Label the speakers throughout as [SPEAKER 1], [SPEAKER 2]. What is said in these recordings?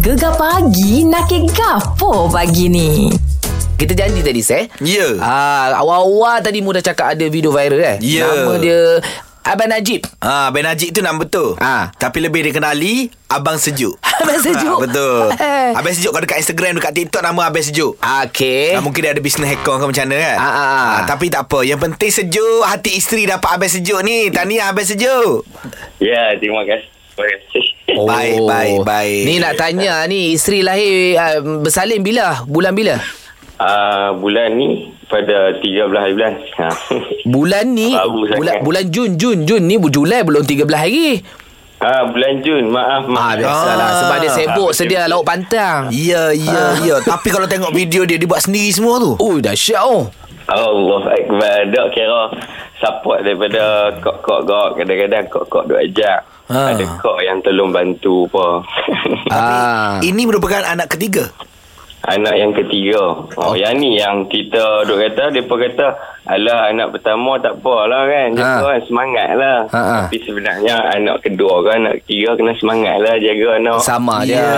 [SPEAKER 1] Gegar pagi nak ke gapo pagi ni?
[SPEAKER 2] Kita janji tadi Seh
[SPEAKER 3] Ya.
[SPEAKER 2] Ah, Awal-awal tadi Mu dah cakap ada video viral eh
[SPEAKER 3] Ya.
[SPEAKER 2] Nama dia Abang Najib
[SPEAKER 3] Ah, Ben Najib tu nama betul.
[SPEAKER 2] Ah.
[SPEAKER 3] Tapi lebih dikenali Abang Sejuk.
[SPEAKER 2] Abang Sejuk.
[SPEAKER 3] Ah, betul.
[SPEAKER 2] Eh.
[SPEAKER 3] Abang Sejuk kau dekat Instagram, dekat TikTok nama Abang Sejuk.
[SPEAKER 2] Okay
[SPEAKER 3] Ah, mungkin dia ada bisnes hacker ke macam mana kan
[SPEAKER 2] Ah, ah, ah.
[SPEAKER 3] Tapi tak apa Yang penting sejuk Hati isteri dapat Abang Sejuk ni Tahniah Abang Sejuk
[SPEAKER 4] Ya, terima kasih. Terima kasih.
[SPEAKER 2] Oh.
[SPEAKER 3] Baik, baik, baik.
[SPEAKER 2] Ni nak tanya ni Isteri lahir uh, Bersalin bila? Bulan bila?
[SPEAKER 4] Uh, bulan ni pada 13 hari bulan. Ha.
[SPEAKER 2] Bulan ni
[SPEAKER 4] Baru sangat.
[SPEAKER 2] bulan, bulan Jun Jun Jun ni bu- Julai belum 13 hari
[SPEAKER 4] Ah, bulan Jun, maaf.
[SPEAKER 2] Ah
[SPEAKER 4] maaf.
[SPEAKER 2] biasalah
[SPEAKER 3] Ah.
[SPEAKER 2] sebab dia sibuk
[SPEAKER 4] Ah,
[SPEAKER 2] sedia
[SPEAKER 4] betul-betul.
[SPEAKER 2] lauk pantang.
[SPEAKER 3] Ya, ya, ya Tapi kalau tengok video dia Dia buat sendiri semua tu
[SPEAKER 2] Oh dahsyat oh.
[SPEAKER 4] Allah Akbar. Tak kira support daripada kok-kok kok. Kadang-kadang kok-kok duk ajak.
[SPEAKER 3] Ah.
[SPEAKER 4] Ada kok yang tolong bantu apa.
[SPEAKER 2] Ah.
[SPEAKER 3] Ini merupakan anak ketiga
[SPEAKER 4] anak yang ketiga. Oh, yang ni yang kita duk kata, mereka kata, alah anak pertama tak apalah kan. Jaga
[SPEAKER 2] Ah.
[SPEAKER 4] kan, semangat lah.
[SPEAKER 2] Ah, ah.
[SPEAKER 4] Tapi sebenarnya anak kedua ke anak ketiga kena semangat lah jaga anak.
[SPEAKER 2] Ah, Sama dia.
[SPEAKER 3] Ya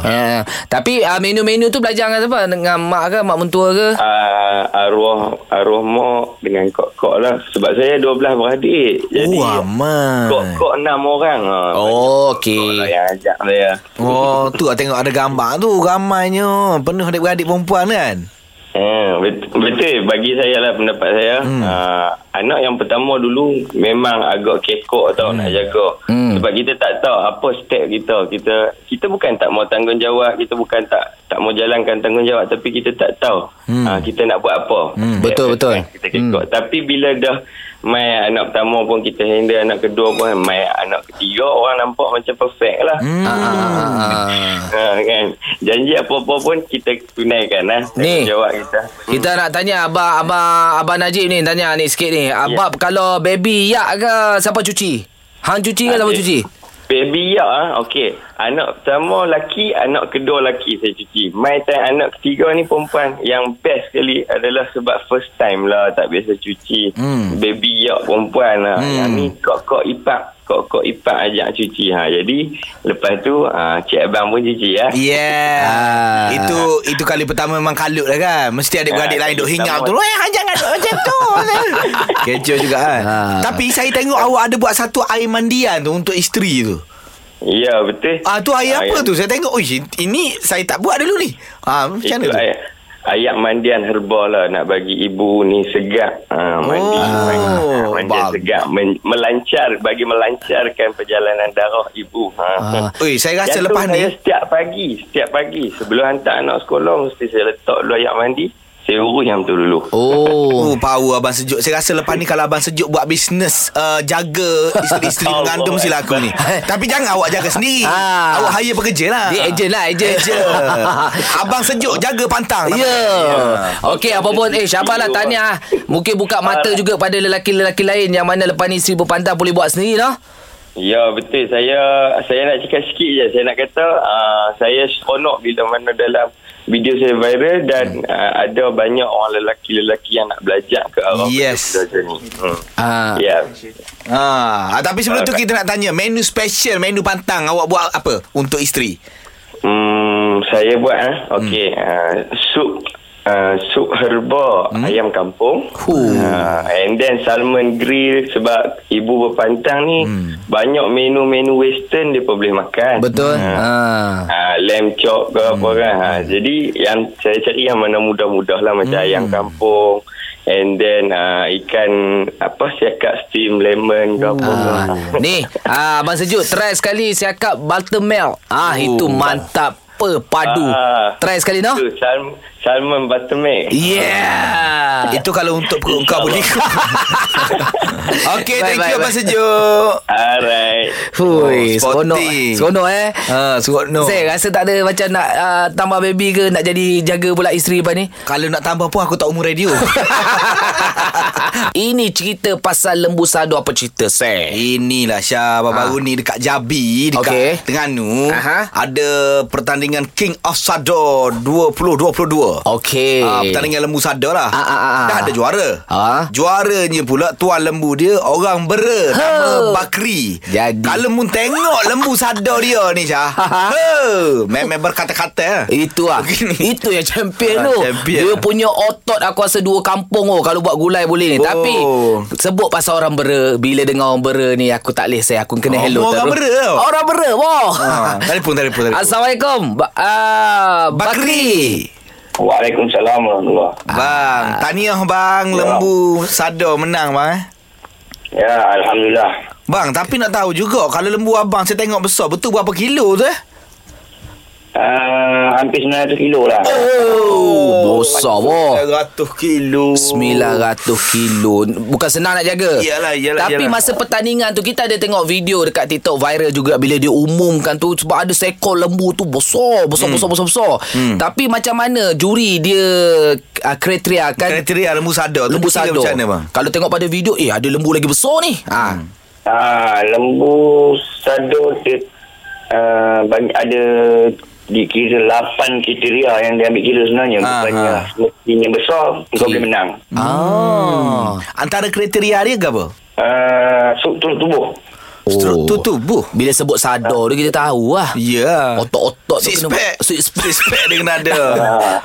[SPEAKER 2] Ha, tapi uh, menu-menu tu belajar dengan siapa? Dengan mak ke, mak mentua ke?
[SPEAKER 4] uh, arwah arwah mak dengan kok-kok lah sebab saya 12 beradik jadi
[SPEAKER 3] Oh, amat
[SPEAKER 4] kok-kok 6 orang ha.
[SPEAKER 2] Oh,
[SPEAKER 4] Kok lah
[SPEAKER 2] okey.
[SPEAKER 4] yang ajak saya
[SPEAKER 3] Oh, tu lah tengok ada gambar tu Ramainya Penuh adik-beradik perempuan kan
[SPEAKER 4] Eh, bet- betul bagi saya lah pendapat saya hmm. uh, anak yang pertama dulu memang agak kekok tau nak jaga
[SPEAKER 2] Hmm.
[SPEAKER 4] sebab kita tak tahu apa step kita kita kita bukan tak mau tanggungjawab kita bukan tak tak mau jalankan tanggungjawab tapi kita tak tahu hmm. uh, kita nak buat apa
[SPEAKER 2] Hmm.
[SPEAKER 4] Step
[SPEAKER 2] Betul,
[SPEAKER 4] by
[SPEAKER 2] betul.
[SPEAKER 4] step kita kekok hmm. tapi bila dah mai anak pertama pun kita handle anak kedua pun mai anak ketiga orang nampak macam perfect lah hmm.
[SPEAKER 2] Ah, ah, ah.
[SPEAKER 4] Ha, kan janji apa-apa pun kita tunaikan lah
[SPEAKER 2] Ni.
[SPEAKER 4] jawab kita
[SPEAKER 2] Kita nak tanya abang abang abang Najib ni tanya ni sikit ni. Abang kalau baby yak ke siapa cuci? Hang cuci ke siapa
[SPEAKER 4] Okey.
[SPEAKER 2] cuci?
[SPEAKER 4] Baby ya ah. Okey. Anak pertama lelaki, anak kedua lelaki saya cuci. My time anak ketiga ni perempuan. Yang best sekali adalah sebab first time lah tak biasa cuci. Hmm. Baby ya perempuan lah. Hmm. Yang ni kok-kok ipap. Kok-kok ipap ajak cuci. Ha. Jadi lepas tu ah, cik abang pun cuci ya.
[SPEAKER 3] Yeah.
[SPEAKER 2] Ah.
[SPEAKER 3] Itu itu kali pertama memang kalut lah kan. Mesti adik-beradik
[SPEAKER 4] Ah,
[SPEAKER 3] lain duk
[SPEAKER 4] kali
[SPEAKER 3] hinggap tu.
[SPEAKER 4] pertama.
[SPEAKER 3] Eh, hang jangan buat macam tu. Kecoh juga kan.
[SPEAKER 2] Ah.
[SPEAKER 3] Tapi saya tengok awak ada buat satu air mandian tu untuk isteri tu.
[SPEAKER 4] Ya betul.
[SPEAKER 3] Ah tu air apa
[SPEAKER 4] ya.
[SPEAKER 3] tu? Saya tengok, "Oi, ini saya tak buat dulu ni." Ah macam mana
[SPEAKER 4] Itu
[SPEAKER 3] tu?
[SPEAKER 4] ayat, ayat mandian herba lah nak bagi ibu ni segap. Ha, mandi,
[SPEAKER 3] Oh,
[SPEAKER 4] mandi, ha, mandian
[SPEAKER 3] bagus.
[SPEAKER 4] segap. Men, melancar, bagi melancarkan perjalanan darah ibu. Ha.
[SPEAKER 2] Ah.
[SPEAKER 3] Oi, saya rasa
[SPEAKER 4] Jantung
[SPEAKER 3] lepas ni
[SPEAKER 4] saya setiap pagi, setiap pagi sebelum hantar anak sekolah mesti saya letak dulu ayat mandi. Saya urus yang tu dulu.
[SPEAKER 2] Oh.
[SPEAKER 3] Oh, power Abang Sejuk. Saya rasa lepas ni kalau Abang Sejuk buat bisnes uh, jaga isteri-isteri
[SPEAKER 4] Allah
[SPEAKER 3] mengandung mesti laku ni. Tapi jangan awak jaga sendiri.
[SPEAKER 2] Ah.
[SPEAKER 3] Awak hire pekerja lah.
[SPEAKER 2] Dia agent lah, agent.
[SPEAKER 3] Abang Sejuk jaga pantang.
[SPEAKER 2] Ya. Okey, apa pun eh Syabah lah tahniah. Mungkin buka mata juga pada lelaki-lelaki lain yang mana lepas ni isteri berpantang boleh buat sendiri dah.
[SPEAKER 4] Ya betul saya saya nak cakap sikit je saya nak kata uh, saya seronok bila mana dalam video saya viral
[SPEAKER 3] Hmm.
[SPEAKER 4] dan uh, ada banyak orang lelaki-lelaki yang nak belajar ke arah
[SPEAKER 3] Yes.
[SPEAKER 4] benda-benda macam ni. Hmm.
[SPEAKER 2] Ah.
[SPEAKER 4] Ya.
[SPEAKER 3] Ha, ah, tapi sebelum tu kita nak tanya menu special, menu pantang awak buat apa untuk isteri?
[SPEAKER 4] Hmm, saya buat ah. Okey, uh, sup uh, sup herba
[SPEAKER 2] Hmm.
[SPEAKER 4] ayam kampung. Uh, and then salmon grill sebab ibu berpantang ni
[SPEAKER 2] Hmm.
[SPEAKER 4] banyak menu-menu western dia boleh makan.
[SPEAKER 2] Betul.
[SPEAKER 4] Ya.
[SPEAKER 2] Ah. Hmm.
[SPEAKER 4] Ha, lamb chop ke apa kan. Ha, jadi yang saya cari yang mana mudah-mudah lah macam ayam
[SPEAKER 2] Hmm.
[SPEAKER 4] kampung and then uh, ikan apa siakap steam lemon ke apa.
[SPEAKER 2] Ah,
[SPEAKER 4] Uh.
[SPEAKER 2] ni ah, Abang Sejuk Try sekali siakap Buttermilk Ah Itu mantap Perpadu
[SPEAKER 4] Ah.
[SPEAKER 2] Try sekali no
[SPEAKER 4] Tu sal- salmon buttermilk.
[SPEAKER 2] Yeah
[SPEAKER 3] Itu kalau untuk perut kau boleh. Okey,
[SPEAKER 2] Bye,
[SPEAKER 3] thank
[SPEAKER 2] bye,
[SPEAKER 3] you Abang
[SPEAKER 2] bye.
[SPEAKER 3] Sejuk.
[SPEAKER 4] Alright.
[SPEAKER 2] Hui,
[SPEAKER 3] Oh,
[SPEAKER 2] seronok
[SPEAKER 3] sporty.
[SPEAKER 2] Seronok eh
[SPEAKER 3] Ha, seronok.
[SPEAKER 2] Saya rasa tak ada macam nak uh, tambah baby ke nak jadi jaga pula isteri apa ni.
[SPEAKER 3] Kalau nak tambah pun aku tak umur radio.
[SPEAKER 2] Ini cerita pasal lembu sadu apa cerita saya.
[SPEAKER 3] Eh, Inilah Syah Baru-baru ni dekat Jabi Dekat
[SPEAKER 2] Ah. Okey.
[SPEAKER 3] Terengganu
[SPEAKER 2] Aha.
[SPEAKER 3] Ada pertandingan King of Sador 2022 juara.
[SPEAKER 2] Okey.
[SPEAKER 3] Ah, pertandingan lembu sadar lah.
[SPEAKER 2] Eh. Ah, ah, ah, ah.
[SPEAKER 3] Dah ada juara.
[SPEAKER 2] Ah.
[SPEAKER 3] Juaranya pula tuan lembu dia orang bera. Nama Bakri.
[SPEAKER 2] Jadi. Ha,
[SPEAKER 3] Kalau mun tengok lembu sadar dia ni Syah. He, memang berkata-kata. eh.
[SPEAKER 2] Itu ah.
[SPEAKER 3] Begini.
[SPEAKER 2] Itu yang champion
[SPEAKER 3] Ah,
[SPEAKER 2] tu.
[SPEAKER 3] champion.
[SPEAKER 2] Dia punya otot aku rasa dua kampung oh kalau buat gulai boleh ni.
[SPEAKER 3] Oh.
[SPEAKER 2] Tapi sebut pasal orang bera, bila dengar orang bera ni aku tak leh saya aku kena
[SPEAKER 3] Oh,
[SPEAKER 2] hello terus.
[SPEAKER 3] orang bera tau.
[SPEAKER 2] Orang bera. Wah.
[SPEAKER 3] Ah, telefon, telefon, telefon.
[SPEAKER 2] Assalamualaikum. Ba- ah, Bakri.
[SPEAKER 3] Bakri.
[SPEAKER 4] Waalaikumsalam warahmatullahi
[SPEAKER 3] Bang,
[SPEAKER 2] Ah.
[SPEAKER 3] tahniah bang lembu sadar menang bang. eh.
[SPEAKER 4] Ya, Alhamdulillah.
[SPEAKER 3] Bang, tapi nak tahu juga kalau lembu abang saya tengok besar, betul berapa kilo tu eh?
[SPEAKER 4] Uh, hampir 900 kilo lah.
[SPEAKER 2] Oh, besar wah.
[SPEAKER 3] 900 kilo.
[SPEAKER 2] 900 kilo Bukan senang nak jaga
[SPEAKER 3] Iyalah, iyalah,
[SPEAKER 2] Tapi
[SPEAKER 3] iyalah.
[SPEAKER 2] masa pertandingan tu Kita ada tengok video Dekat TikTok viral juga Bila dia umumkan tu Sebab ada seekor lembu tu Besar Besar hmm. besar besar, besar. Hmm. Tapi macam mana Juri dia uh, Kriteria kan
[SPEAKER 3] Kriteria lembu sadar tu
[SPEAKER 2] Lembu
[SPEAKER 3] kira
[SPEAKER 2] sado
[SPEAKER 3] Macam mana bang? Hmm.
[SPEAKER 2] Kalau tengok pada video Eh ada lembu lagi besar ni ha.
[SPEAKER 4] Ah, lembu sado dia uh, bagi ada dikira 8 kriteria yang dia ambil kira sebenarnya
[SPEAKER 3] Ah,
[SPEAKER 4] bukannya
[SPEAKER 3] ah.
[SPEAKER 4] mestinya besar kau
[SPEAKER 2] Okey.
[SPEAKER 4] boleh menang.
[SPEAKER 3] Hmm.
[SPEAKER 2] Ah.
[SPEAKER 3] Antara kriteria dia ke apa?
[SPEAKER 4] Ah, struktur tubuh.
[SPEAKER 2] Oh.
[SPEAKER 3] Struktur tubuh.
[SPEAKER 2] Bila sebut sado tu Kita tahu lah
[SPEAKER 3] Ya.
[SPEAKER 2] Otot-otot tu
[SPEAKER 3] Six
[SPEAKER 2] kena
[SPEAKER 3] pack.
[SPEAKER 2] Six pack
[SPEAKER 3] Six pack dia kena ada.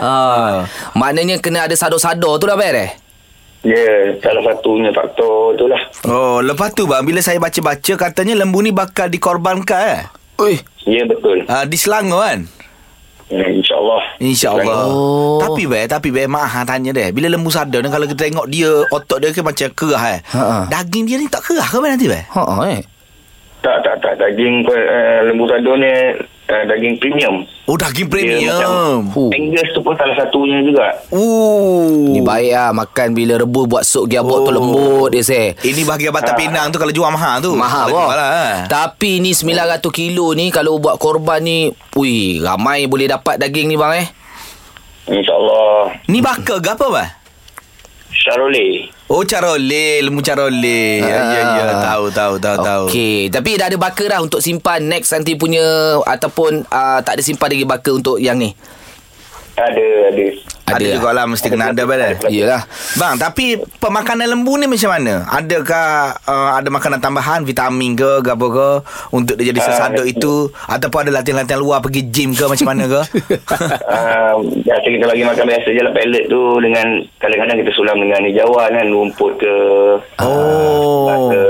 [SPEAKER 2] ah. Maknanya kena ada sado-sado tu lah Ber eh
[SPEAKER 4] Ya, salah satunya faktor tu lah.
[SPEAKER 3] Oh, lepas tu bang bila saya baca-baca katanya lembu ni bakal dikorbankan eh.
[SPEAKER 2] Ui
[SPEAKER 4] Ya, betul.
[SPEAKER 3] Uh, di Selangor kan?
[SPEAKER 4] Ya, InsyaAllah.
[SPEAKER 3] InsyaAllah
[SPEAKER 2] Oh.
[SPEAKER 3] Tapi be Tapi be Mak hang tanya deh Bila lembu sadar ni Kalau kita tengok dia Otot dia kan macam kerah eh
[SPEAKER 2] Ha-ha.
[SPEAKER 3] Daging dia ni tak kerah ke be nanti be?
[SPEAKER 2] Ha eh
[SPEAKER 4] Tak, tak, tak. Daging uh, lembu sado ni uh, daging premium.
[SPEAKER 3] Oh daging
[SPEAKER 4] Dia
[SPEAKER 3] premium
[SPEAKER 2] Huh.
[SPEAKER 4] Ya, macam Angus tu pun salah satunya juga.
[SPEAKER 3] Ooh.
[SPEAKER 2] Ni baik lah makan bila rebus buat sup giabok tu
[SPEAKER 3] Oh.
[SPEAKER 2] lembut dia seh.
[SPEAKER 3] Ini bahagian Batam Pinang tu Kalau jual mahal tu
[SPEAKER 2] Mahal
[SPEAKER 3] Kalau
[SPEAKER 2] bah.
[SPEAKER 3] jual lah eh.
[SPEAKER 2] Tapi ni 900 kilo ni kalau buat korban ni, ui ramai boleh dapat daging ni bang eh.
[SPEAKER 4] InsyaAllah.
[SPEAKER 3] Ni bakar ke apa bah?
[SPEAKER 4] Charolais.
[SPEAKER 3] Oh carole Lembu carole Ya ya ya Tahu tahu tahu tahu
[SPEAKER 2] Okey, tapi dah ada bakar dah untuk simpan next nanti punya ataupun uh, tak ada simpan lagi bakar untuk yang ni.
[SPEAKER 4] Ada, ada.
[SPEAKER 2] Ada
[SPEAKER 3] Ada,
[SPEAKER 2] lah.
[SPEAKER 3] juga lah Mesti kena ada badan
[SPEAKER 2] Iyalah.
[SPEAKER 3] Bang tapi Pemakanan lembu ni macam mana? Adakah uh, Ada makanan tambahan Vitamin ke ke apa ke Untuk dia jadi sesadok itu Ataupun ada latihan-latihan luar Pergi gym ke macam mana ke
[SPEAKER 4] Ah, biasa kita bagi makan biasa je lah pellet tu dengan kadang-kadang kita sulam dengan ni jawan kan rumput ke
[SPEAKER 3] Oh
[SPEAKER 4] ke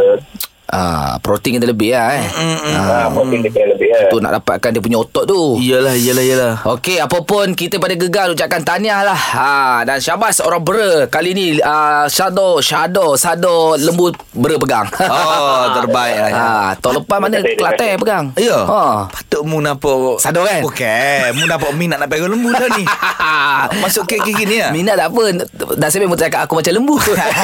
[SPEAKER 2] Ah, protein kita lebih lah eh.
[SPEAKER 3] Hmm.
[SPEAKER 4] ah, mungkin dia kena lebih lah.
[SPEAKER 2] Tu nak dapatkan dia punya otot tu.
[SPEAKER 3] Iyalah iyalah iyalah
[SPEAKER 2] Okey, apa pun kita pada gegar ucapkan tahniah lah. Ha, dan syabas orang bera. Kali ni uh, Shadow, Shadow, Sado, lembu bera pegang.
[SPEAKER 3] Oh terbaik lah
[SPEAKER 2] ha, tahun lepas mana
[SPEAKER 4] Terima kasih,
[SPEAKER 2] Kelantan
[SPEAKER 4] terima kasih.
[SPEAKER 2] pegang.
[SPEAKER 3] Ya
[SPEAKER 2] Ha.
[SPEAKER 3] Patut mu nampak
[SPEAKER 2] Sadar kan?
[SPEAKER 3] Bukan Mu nampak minat nak pegang lembu dah ni
[SPEAKER 2] Ha.
[SPEAKER 3] Masuk kek kek ni ya
[SPEAKER 2] Minat tak apa Dah sampai pun cakap aku macam lembu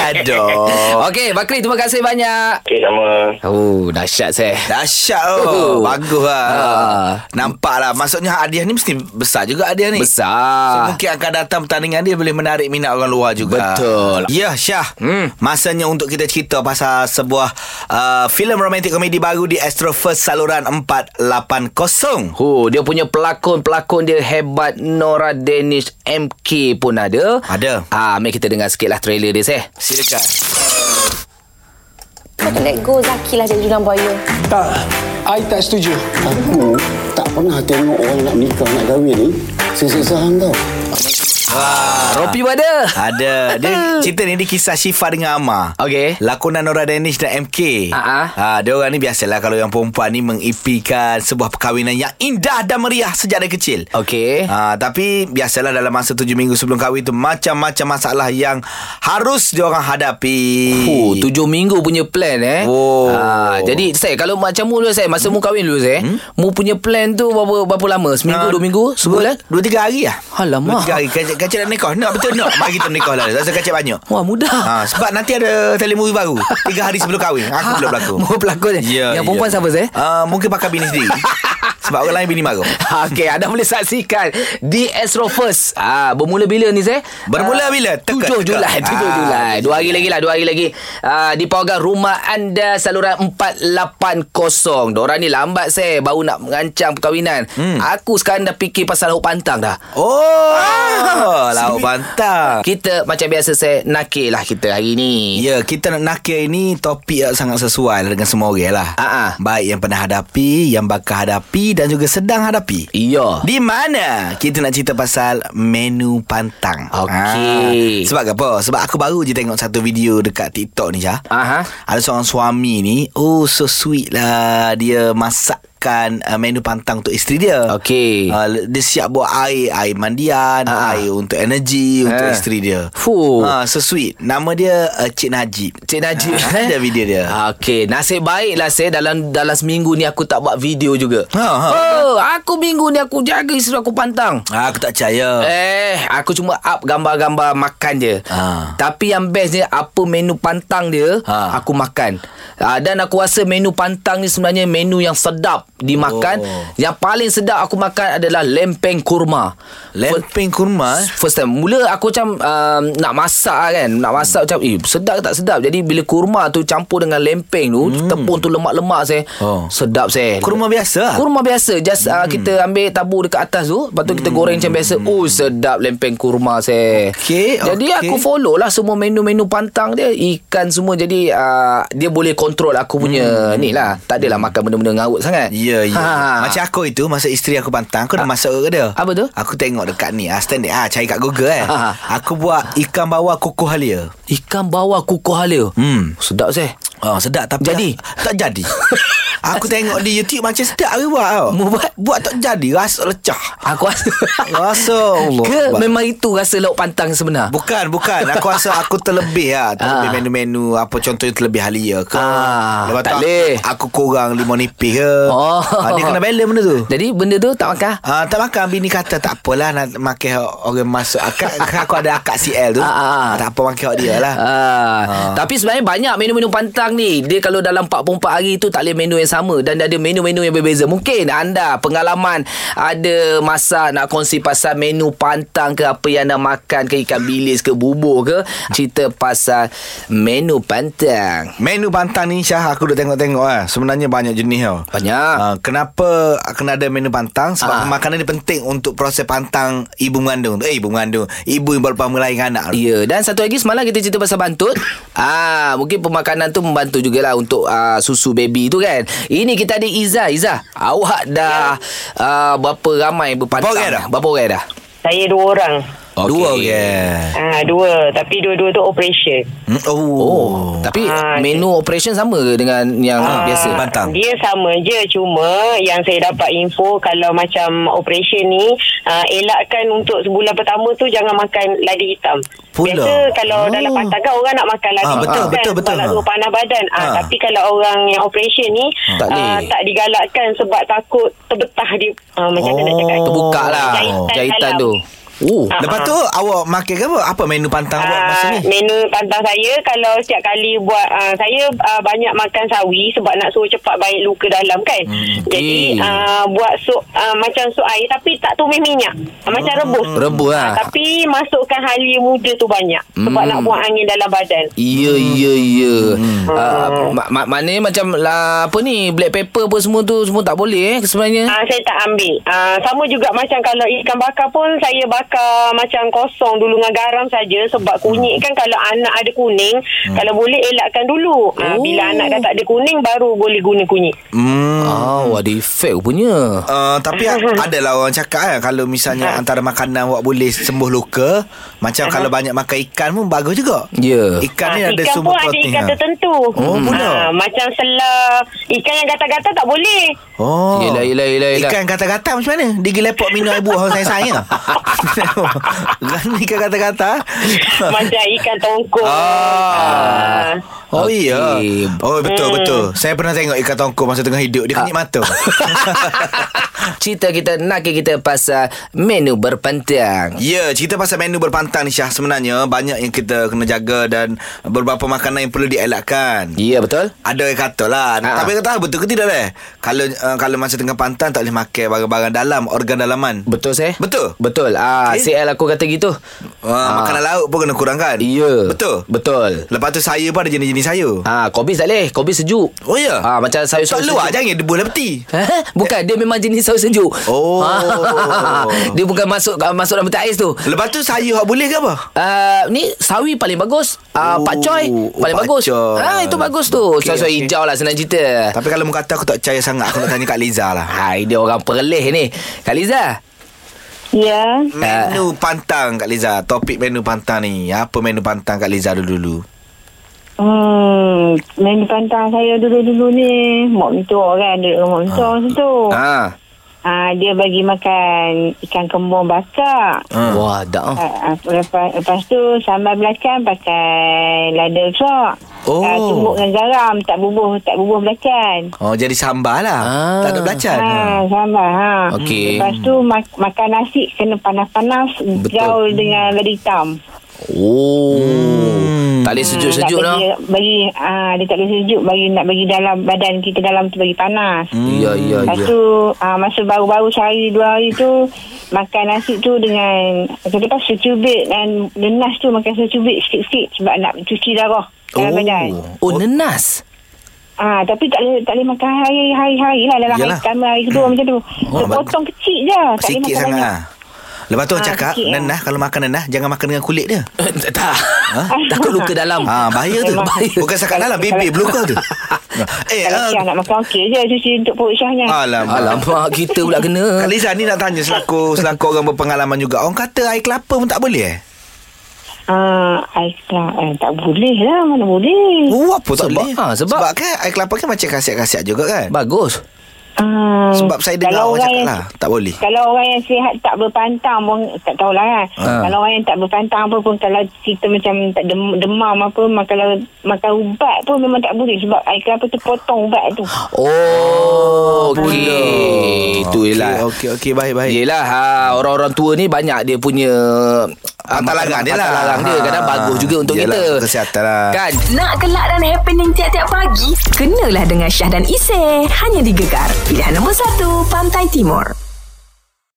[SPEAKER 3] Aduh.
[SPEAKER 2] Okey Bakri terima kasih banyak
[SPEAKER 4] Okey sama.
[SPEAKER 2] Oh dahsyat seh
[SPEAKER 3] Dahsyat oh.
[SPEAKER 2] Oh.
[SPEAKER 3] Bagus lah
[SPEAKER 2] Ah.
[SPEAKER 3] Nampak lah Maksudnya hadiah ni mesti besar juga hadiah ni So,
[SPEAKER 2] Besar
[SPEAKER 3] mungkin akan datang pertandingan dia boleh menarik minat orang luar juga.
[SPEAKER 2] Betul.
[SPEAKER 3] Ya, Syah. Hmm. Masanya untuk kita cerita pasal sebuah uh, filem romantik komedi baru di Astro First saluran 480.
[SPEAKER 2] Oh, dia punya pelakon-pelakon dia hebat Nora Danish MK pun ada
[SPEAKER 3] Ada.
[SPEAKER 2] Ah, mari kita dengar sikit lah trailer dia seh
[SPEAKER 3] Silakan.
[SPEAKER 5] Kau tak let go Zaki lah jadi dulang buaya.
[SPEAKER 6] Tak, I tak setuju.
[SPEAKER 7] Aku tak pernah tengok orang nak nikah, nak kahwin ni Seksa-seksa hang tau
[SPEAKER 2] ah. Ropi pun ada
[SPEAKER 3] Ada. Dia cerita ni dia kisah Syifa dengan Amar.
[SPEAKER 2] Okey.
[SPEAKER 3] Lakonan Nora Danish dan MK.
[SPEAKER 2] Ah, ah.
[SPEAKER 3] Ah, dia orang ni biasalah kalau yang perempuan ni mengipikan sebuah perkahwinan yang indah dan meriah sejak dari kecil.
[SPEAKER 2] Okey
[SPEAKER 3] Ha, tapi biasalah dalam masa tujuh minggu sebelum kahwin tu macam-macam masalah yang harus diorang hadapi.
[SPEAKER 2] Oh, tujuh minggu punya plan eh.
[SPEAKER 3] Oh.
[SPEAKER 2] Ah, jadi saya kalau macam mu dulu saya masa mu kahwin dulu saya, hmm? mu punya plan tu berapa berapa lama? Seminggu,
[SPEAKER 3] Ah,
[SPEAKER 2] dua minggu, sebulan?
[SPEAKER 3] Dua, dua tiga hari lah. Dua
[SPEAKER 2] Alamak.
[SPEAKER 3] tiga hari. Kacik, kacik nak nikah. Nak betul nak. Mari kita nikah lah. Rasa kacik banyak.
[SPEAKER 2] Wah, mudah.
[SPEAKER 3] Ha, sebab nanti ada telemovie baru. Tiga hari sebelum kahwin. Aku pula berlakon.
[SPEAKER 2] Mu pelakon.
[SPEAKER 3] Ya,
[SPEAKER 2] Yang perempuan
[SPEAKER 3] ya.
[SPEAKER 2] siapa saya?
[SPEAKER 3] Uh, mungkin pakai bini sendiri. Sebab orang lain bini marah.
[SPEAKER 2] Okey, anda boleh saksikan di Astro First. Ah, bermula bila ni, Zeh?
[SPEAKER 3] Bermula
[SPEAKER 2] Ah,
[SPEAKER 3] bila? Teka,
[SPEAKER 2] 7
[SPEAKER 3] teka.
[SPEAKER 2] Julai, 7
[SPEAKER 3] Ah,
[SPEAKER 2] Julai. Dua hari lagi lah, dua hari lagi. Ah, di Pawagam Rumah Anda saluran 480. Diorang ni lambat, Zeh. Baru nak mengancam perkahwinan. Aku sekarang dah fikir pasal lauk pantang dah.
[SPEAKER 3] Oh,
[SPEAKER 2] Ah,
[SPEAKER 3] lauk bantang.
[SPEAKER 2] Kita macam biasa, Zeh, nakil lah kita hari ni.
[SPEAKER 3] Ya, kita nak nakir ini topik yang sangat sesuai dengan semua orang lah.
[SPEAKER 2] Ah, ah.
[SPEAKER 3] Baik yang pernah hadapi, yang bakal hadapi dan juga sedang hadapi.
[SPEAKER 2] Iya.
[SPEAKER 3] Di mana kita nak cerita pasal menu pantang.
[SPEAKER 2] Okey.
[SPEAKER 3] Ah, sebab apa? Sebab aku baru je tengok satu video dekat TikTok ni Jah.
[SPEAKER 2] Aha.
[SPEAKER 3] Ada seorang suami ni, oh so sweet lah dia masakkan uh, menu pantang untuk isteri dia.
[SPEAKER 2] Okey.
[SPEAKER 3] Uh, dia siap buat air, air mandian,
[SPEAKER 2] Ah.
[SPEAKER 3] air untuk energi untuk
[SPEAKER 2] Ah.
[SPEAKER 3] isteri dia.
[SPEAKER 2] Fuh.
[SPEAKER 3] Ah, so sweet. Nama dia uh, Cik Najib.
[SPEAKER 2] Cik Najib eh?
[SPEAKER 3] Ah, ada video dia.
[SPEAKER 2] Okey, nasib baik lah saya dalam dalam seminggu ni aku tak buat video juga.
[SPEAKER 3] Ha, ha.
[SPEAKER 2] Oh, aku minggu ni aku jaga isteri aku pantang.
[SPEAKER 3] Ah, aku tak percaya.
[SPEAKER 2] Eh, aku cuma up gambar-gambar makan je.
[SPEAKER 3] Ha.
[SPEAKER 2] Tapi yang best ni apa menu pantang dia,
[SPEAKER 3] Ha.
[SPEAKER 2] aku makan. Ah, dan aku rasa menu pantang ni sebenarnya menu yang sedap dimakan.
[SPEAKER 3] Oh.
[SPEAKER 2] Yang paling sedap aku makan adalah lempeng kurma.
[SPEAKER 3] Lempeng kurma. eh?
[SPEAKER 2] First time Mula aku macam um, Nak masak lah kan Nak masak macam Eh sedap ke tak sedap Jadi bila kurma tu Campur dengan lempeng tu Tepung tu lemak-lemak saya
[SPEAKER 3] Hmm. Oh.
[SPEAKER 2] Sedap saya
[SPEAKER 3] Kurma biasa. lah? Hmm.
[SPEAKER 2] Kurma biasa Just uh, kita ambil tabur dekat atas tu Lepas tu kita goreng macam biasa Oh sedap lempeng kurma saya
[SPEAKER 3] Okey,
[SPEAKER 2] Jadi
[SPEAKER 3] okey.
[SPEAKER 2] aku follow lah Semua menu-menu pantang dia Ikan semua Jadi uh, Dia boleh kontrol aku punya Ni lah Tak adalah makan benda-benda ngawut sangat
[SPEAKER 3] Hmm. Ya, ya.
[SPEAKER 2] Ha. Ah.
[SPEAKER 3] Macam aku itu masa isteri aku pantang, aku dah masak ke dia.
[SPEAKER 2] Apa tu?
[SPEAKER 3] Aku tengok dekat ni, ah stand ah cari kat Google eh.
[SPEAKER 2] Ha.
[SPEAKER 3] aku buat ikan bawah kukuh halia.
[SPEAKER 2] Ikan bawah kukuh halia
[SPEAKER 3] Hmm.
[SPEAKER 2] Sedap saya
[SPEAKER 3] Oh, sedap tapi
[SPEAKER 2] Jadi?
[SPEAKER 3] tak, tak jadi. aku tengok di YouTube macam sedap aku buat tau.
[SPEAKER 2] Mu buat?
[SPEAKER 3] buat tak jadi, rasa lecah.
[SPEAKER 2] Aku rasa
[SPEAKER 3] Rasa Allah.
[SPEAKER 2] Ke
[SPEAKER 3] Akbar.
[SPEAKER 2] memang itu rasa lauk pantang sebenar
[SPEAKER 3] Bukan, bukan. Aku rasa aku terlebih lah. Terlebih
[SPEAKER 2] Ah.
[SPEAKER 3] menu-menu. Apa contohnya terlebih halia ke.
[SPEAKER 2] Ah,
[SPEAKER 3] Lepas
[SPEAKER 2] tak
[SPEAKER 3] tu
[SPEAKER 2] boleh.
[SPEAKER 3] aku, aku kurang limau nipis ke.
[SPEAKER 2] Oh.
[SPEAKER 3] Ah, dia kena balance benda tu.
[SPEAKER 2] Jadi benda tu tak makan
[SPEAKER 3] Ah, tak makan Bini kata tak apalah Nak makan orang masuk akak, kan Aku ada akak CL tu
[SPEAKER 2] Ah, ah, ah.
[SPEAKER 3] Tak apa makan awak dia lah
[SPEAKER 2] Ah. Tapi sebenarnya banyak menu-menu pantang ni Dia kalau dalam 44 hari tu Tak boleh menu yang sama Dan ada menu-menu yang berbeza Mungkin anda pengalaman Ada masa nak kongsi pasal menu pantang ke Apa yang anda makan ke Ikan bilis ke bubur ke Cerita pasal menu pantang
[SPEAKER 3] Menu pantang ni Syah Aku dah tengok-tengok lah Sebenarnya banyak jenis tau
[SPEAKER 2] Banyak.
[SPEAKER 3] Ah, Kenapa Kena ada menu pantang
[SPEAKER 2] Ah.
[SPEAKER 3] Sebab makanan ni penting Untuk proses pantang Ibu mengandung Eh ibu mengandung Ibu yang baru melahirkan anak tu.
[SPEAKER 2] Ya, dan satu lagi semalam kita cerita pasal bantut. ah, mungkin pemakanan tu membantu jugalah untuk ah, susu baby tu kan. Ini kita ada Iza. Iza, awak dah
[SPEAKER 8] Ya.
[SPEAKER 2] ah, berapa ramai berpantang?
[SPEAKER 3] Berapa orang dah?
[SPEAKER 2] Berapa orang dah?
[SPEAKER 8] Saya dua orang.
[SPEAKER 2] Okey.
[SPEAKER 3] Dua orang
[SPEAKER 8] Ah, dua. Tapi dua-dua tu operation.
[SPEAKER 3] Hmm, Oh,
[SPEAKER 2] Oh, tapi
[SPEAKER 8] Ah,
[SPEAKER 2] menu operation sama ke dengan yang
[SPEAKER 3] Ah,
[SPEAKER 2] biasa?
[SPEAKER 3] Bantang.
[SPEAKER 8] Dia sama je. Cuma yang saya dapat info kalau macam operation ni, ah, elakkan untuk sebulan pertama tu jangan makan ladi hitam.
[SPEAKER 3] Pula. Oh.
[SPEAKER 8] Biasa kalau
[SPEAKER 2] Ah.
[SPEAKER 8] dalam pantang kan orang nak makan ladi
[SPEAKER 3] Ah,
[SPEAKER 8] hitam
[SPEAKER 3] betul,
[SPEAKER 8] kan,
[SPEAKER 3] betul, betul.
[SPEAKER 8] sebab nak suruh panas badan. Ah,
[SPEAKER 3] Ah.
[SPEAKER 8] Tapi kalau orang yang operation ni,
[SPEAKER 2] Tak
[SPEAKER 8] tak,
[SPEAKER 2] boleh.
[SPEAKER 8] tak digalakkan sebab takut terbetah dia. Ah, macam
[SPEAKER 3] Oh,
[SPEAKER 8] mana nak cakap?
[SPEAKER 2] Terbuka lah
[SPEAKER 8] Jahitan
[SPEAKER 2] jahitan
[SPEAKER 8] dalam.
[SPEAKER 2] tu. Oh,
[SPEAKER 8] Ah.
[SPEAKER 3] Lepas tu awak makan ke apa? Apa menu pantang awak masa
[SPEAKER 8] Ah,
[SPEAKER 3] ni?
[SPEAKER 8] menu pantang saya kalau setiap kali buat uh, saya uh, banyak makan sawi sebab nak suruh cepat baik luka dalam kan. Hmm.
[SPEAKER 2] okey.
[SPEAKER 8] Jadi uh, buat sup uh, macam sup air tapi tak tumis minyak. Uh, macam rebus.
[SPEAKER 2] rebus lah.
[SPEAKER 8] Ah, Tapi masukkan halia muda tu banyak sebab nak buang angin dalam badan.
[SPEAKER 2] Ya, ya, ya.
[SPEAKER 3] Hmm.
[SPEAKER 2] Ah, ma- ma- Maknanya macam lah, apa ni, black pepper apa semua tu semua tak boleh eh sebenarnya.
[SPEAKER 8] Ah saya tak ambil. Ah sama juga macam kalau ikan bakar pun saya bakar macam kosong dulu dengan garam saja sebab kunyit kan kalau anak ada kuning kalau boleh elakkan dulu. Ah bila anak dah tak ada kuning baru boleh guna kunyit.
[SPEAKER 3] Hmm.
[SPEAKER 8] Ah.
[SPEAKER 2] Oh, ada efek punya.
[SPEAKER 3] Uh, tapi ada lah orang cakap kan Kalau
[SPEAKER 8] Ha.
[SPEAKER 3] misalnya antara makanan awak boleh sembuh luka Macam kalau banyak makan ikan pun bagus juga
[SPEAKER 2] Ya.
[SPEAKER 3] Ikan ni
[SPEAKER 8] Ah,
[SPEAKER 3] ada
[SPEAKER 8] ikan
[SPEAKER 3] sumber
[SPEAKER 8] pun ada
[SPEAKER 3] protein
[SPEAKER 8] ikan
[SPEAKER 3] ah.
[SPEAKER 8] tertentu.
[SPEAKER 3] Oh, pula.
[SPEAKER 8] Ah, macam selar. Ikan yang gatal-gatal tak boleh.
[SPEAKER 3] Oh
[SPEAKER 2] Yelah, yelah, yelah, yelah.
[SPEAKER 3] Ikan kata-kata macam mana? Digi lepok minum air buah sayang-sayang Kan ikan kata-kata
[SPEAKER 8] macam ikan tongkol.
[SPEAKER 3] Ah.
[SPEAKER 8] Ah.
[SPEAKER 3] Oh
[SPEAKER 2] Okey. Ah.
[SPEAKER 3] okay. iya Oh betul hmm. betul Saya pernah tengok ikan tongkol Masa tengah hidup Dia kenik mata
[SPEAKER 2] Cerita kita nakik kita pasal menu berpentang.
[SPEAKER 3] Ya, cerita pasal menu berpantang ni Syah sebenarnya banyak yang kita kena jaga dan beberapa makanan yang perlu dielakkan.
[SPEAKER 2] Ya betul?
[SPEAKER 3] Ada yang kata lah
[SPEAKER 2] Ha.
[SPEAKER 3] Tapi kata betul ke tidak leh Kalau uh, kalau masa tengah pantang Tak boleh makan barang-barang dalam Organ dalaman
[SPEAKER 2] Betul saya?
[SPEAKER 3] Betul.
[SPEAKER 2] Betul. Ah,
[SPEAKER 3] Okey.
[SPEAKER 2] okay. CL aku kata gitu.
[SPEAKER 3] uh, Makanan laut pun kena kurangkan
[SPEAKER 2] ha. Ya.
[SPEAKER 3] Betul
[SPEAKER 2] Betul.
[SPEAKER 3] Lepas tu sayur pun ada jenis-jenis sayur
[SPEAKER 2] Ah, kopi tak boleh. Kopi sejuk.
[SPEAKER 3] Oh ya
[SPEAKER 2] Ah, macam sayur
[SPEAKER 3] Tak
[SPEAKER 2] sayur
[SPEAKER 3] luar
[SPEAKER 2] sejuk.
[SPEAKER 3] jangan debu lah peti
[SPEAKER 2] Hah? Bukan dia memang jenis saus sejuk. Ah,
[SPEAKER 3] Oh.
[SPEAKER 2] dia bukan masuk ah, masuk dalam petai ais tu.
[SPEAKER 3] Lepas tu sayur hak boleh ke apa?
[SPEAKER 2] Uh, ni sawi paling bagus uh,
[SPEAKER 3] Oh,
[SPEAKER 2] Pak Choi
[SPEAKER 3] oh,
[SPEAKER 2] Paling
[SPEAKER 3] pak
[SPEAKER 2] bagus
[SPEAKER 3] choy.
[SPEAKER 2] ha, Itu bagus tu
[SPEAKER 3] Okey,
[SPEAKER 2] okay, Sawi
[SPEAKER 3] okey.
[SPEAKER 2] okay. hijau lah Senang cerita
[SPEAKER 3] Tapi kalau muka kata aku tak percaya sangat Aku nak tanya Kak Liza lah
[SPEAKER 2] Hai dia Ha, orang perleh ni Kak Liza
[SPEAKER 9] Ya.
[SPEAKER 2] Ha.
[SPEAKER 3] Menu pantang Kak Liza Topik menu pantang ni Apa menu pantang Kak Liza dulu-dulu
[SPEAKER 9] Hmm, main pantang saya dulu-dulu ni. Mak mentua kan, duduk dengan mak mentua masa tu.
[SPEAKER 3] Ha
[SPEAKER 9] Ah, dia bagi makan ikan kembung bakar.
[SPEAKER 2] hmm. Wah dah
[SPEAKER 9] Ah, ah, lepas, lepas tu sambal belacan pakai lada kelak.
[SPEAKER 3] Oh.
[SPEAKER 9] Ah, tumbuk dengan garam, tak bubuh, tak bubuh belacan.
[SPEAKER 3] Oh jadi sambal lah
[SPEAKER 2] Ah.
[SPEAKER 3] Tak ada belacan
[SPEAKER 9] Ha, sambal ha.
[SPEAKER 2] Okey.
[SPEAKER 9] Lepas tu mak- makan nasi kena panas-panas gaul dengan lada hitam.
[SPEAKER 2] Oh hmm. Tak boleh sejuk-sejuk
[SPEAKER 9] Nak
[SPEAKER 2] lah
[SPEAKER 9] bagi, bagi ah dia tak boleh sejuk bagi nak bagi dalam badan kita dalam tu bagi panas.
[SPEAKER 3] Hmm.
[SPEAKER 2] Ya ya
[SPEAKER 9] Lepas
[SPEAKER 2] ya
[SPEAKER 9] tu ah, masa baru-baru sehari dua hari tu makan nasi tu dengan lepas secubit dan nenas tu makan secubit sikit-sikit sebab nak cuci darah dalam badan.
[SPEAKER 2] Oh nenas
[SPEAKER 9] Ah, tapi tak boleh tak boleh makan hari hari hari lah dalam
[SPEAKER 3] Yalah.
[SPEAKER 9] hari pertama hari kedua macam tu.
[SPEAKER 3] Oh,
[SPEAKER 9] Oh, potong kecil je. Tak boleh
[SPEAKER 3] Sikit
[SPEAKER 9] makan
[SPEAKER 3] sangat
[SPEAKER 9] banyak.
[SPEAKER 3] lah. Lepas tu orang
[SPEAKER 9] Ah,
[SPEAKER 3] cakap
[SPEAKER 9] sikit, eh.
[SPEAKER 3] Nenah kalau makan nenah Jangan makan dengan kulit dia
[SPEAKER 2] Eh, Tak
[SPEAKER 3] Ha?
[SPEAKER 2] Takut luka
[SPEAKER 9] Hmm.
[SPEAKER 2] dalam
[SPEAKER 3] Ah bahaya tu
[SPEAKER 9] Memang.
[SPEAKER 3] Bukan sakat dalam Bebek belukar tu Eh ah,
[SPEAKER 9] Kalau siang nak makan okey je cuci untuk perut syahnya.
[SPEAKER 3] Alamak
[SPEAKER 2] Alamak kita pula kena
[SPEAKER 3] Kak Liza ni nak tanya Selaku Selaku orang berpengalaman juga Orang kata air kelapa pun tak boleh eh
[SPEAKER 9] Ah, air kelapa eh, tak boleh lah, mana boleh.
[SPEAKER 3] Oh apa tak
[SPEAKER 2] Sebab-
[SPEAKER 3] boleh
[SPEAKER 2] ah, sebab-
[SPEAKER 3] sebab kan air kelapa kan macam kasiat-kasiat juga kan
[SPEAKER 2] Bagus
[SPEAKER 9] Ah,
[SPEAKER 3] Sebab saya dengar
[SPEAKER 9] kalau
[SPEAKER 3] orang cakap
[SPEAKER 9] yang-
[SPEAKER 3] lah Tak boleh
[SPEAKER 9] Kalau orang yang sihat tak berpantang pun tak tahulah kan.
[SPEAKER 3] Ha.
[SPEAKER 2] Ah.
[SPEAKER 9] Kalau orang yang tak berpantang apa pun kalau kita macam tak dem- demam apa makan kalau makan ubat pun memang tak boleh sebab air kelapa tu potong ubat tu.
[SPEAKER 2] Oh Okey Eh, Itu lah.
[SPEAKER 3] Okey,
[SPEAKER 2] ialah
[SPEAKER 3] Okey okey baik-baik
[SPEAKER 2] Yelah ha, Orang-orang tua ni Banyak dia punya
[SPEAKER 3] Patah larang dia lah.
[SPEAKER 2] Patah larang dia Kadang
[SPEAKER 3] Ha.
[SPEAKER 2] bagus juga untuk
[SPEAKER 3] Yelah,
[SPEAKER 2] kita
[SPEAKER 3] untuk kesihatan lah.
[SPEAKER 2] Kan
[SPEAKER 1] Nak kelak dan happening tiap-tiap pagi? Kenalah dengan Syah dan Isy. Hanya di Gegar. Pilihan nombor 1, Pantai Timur.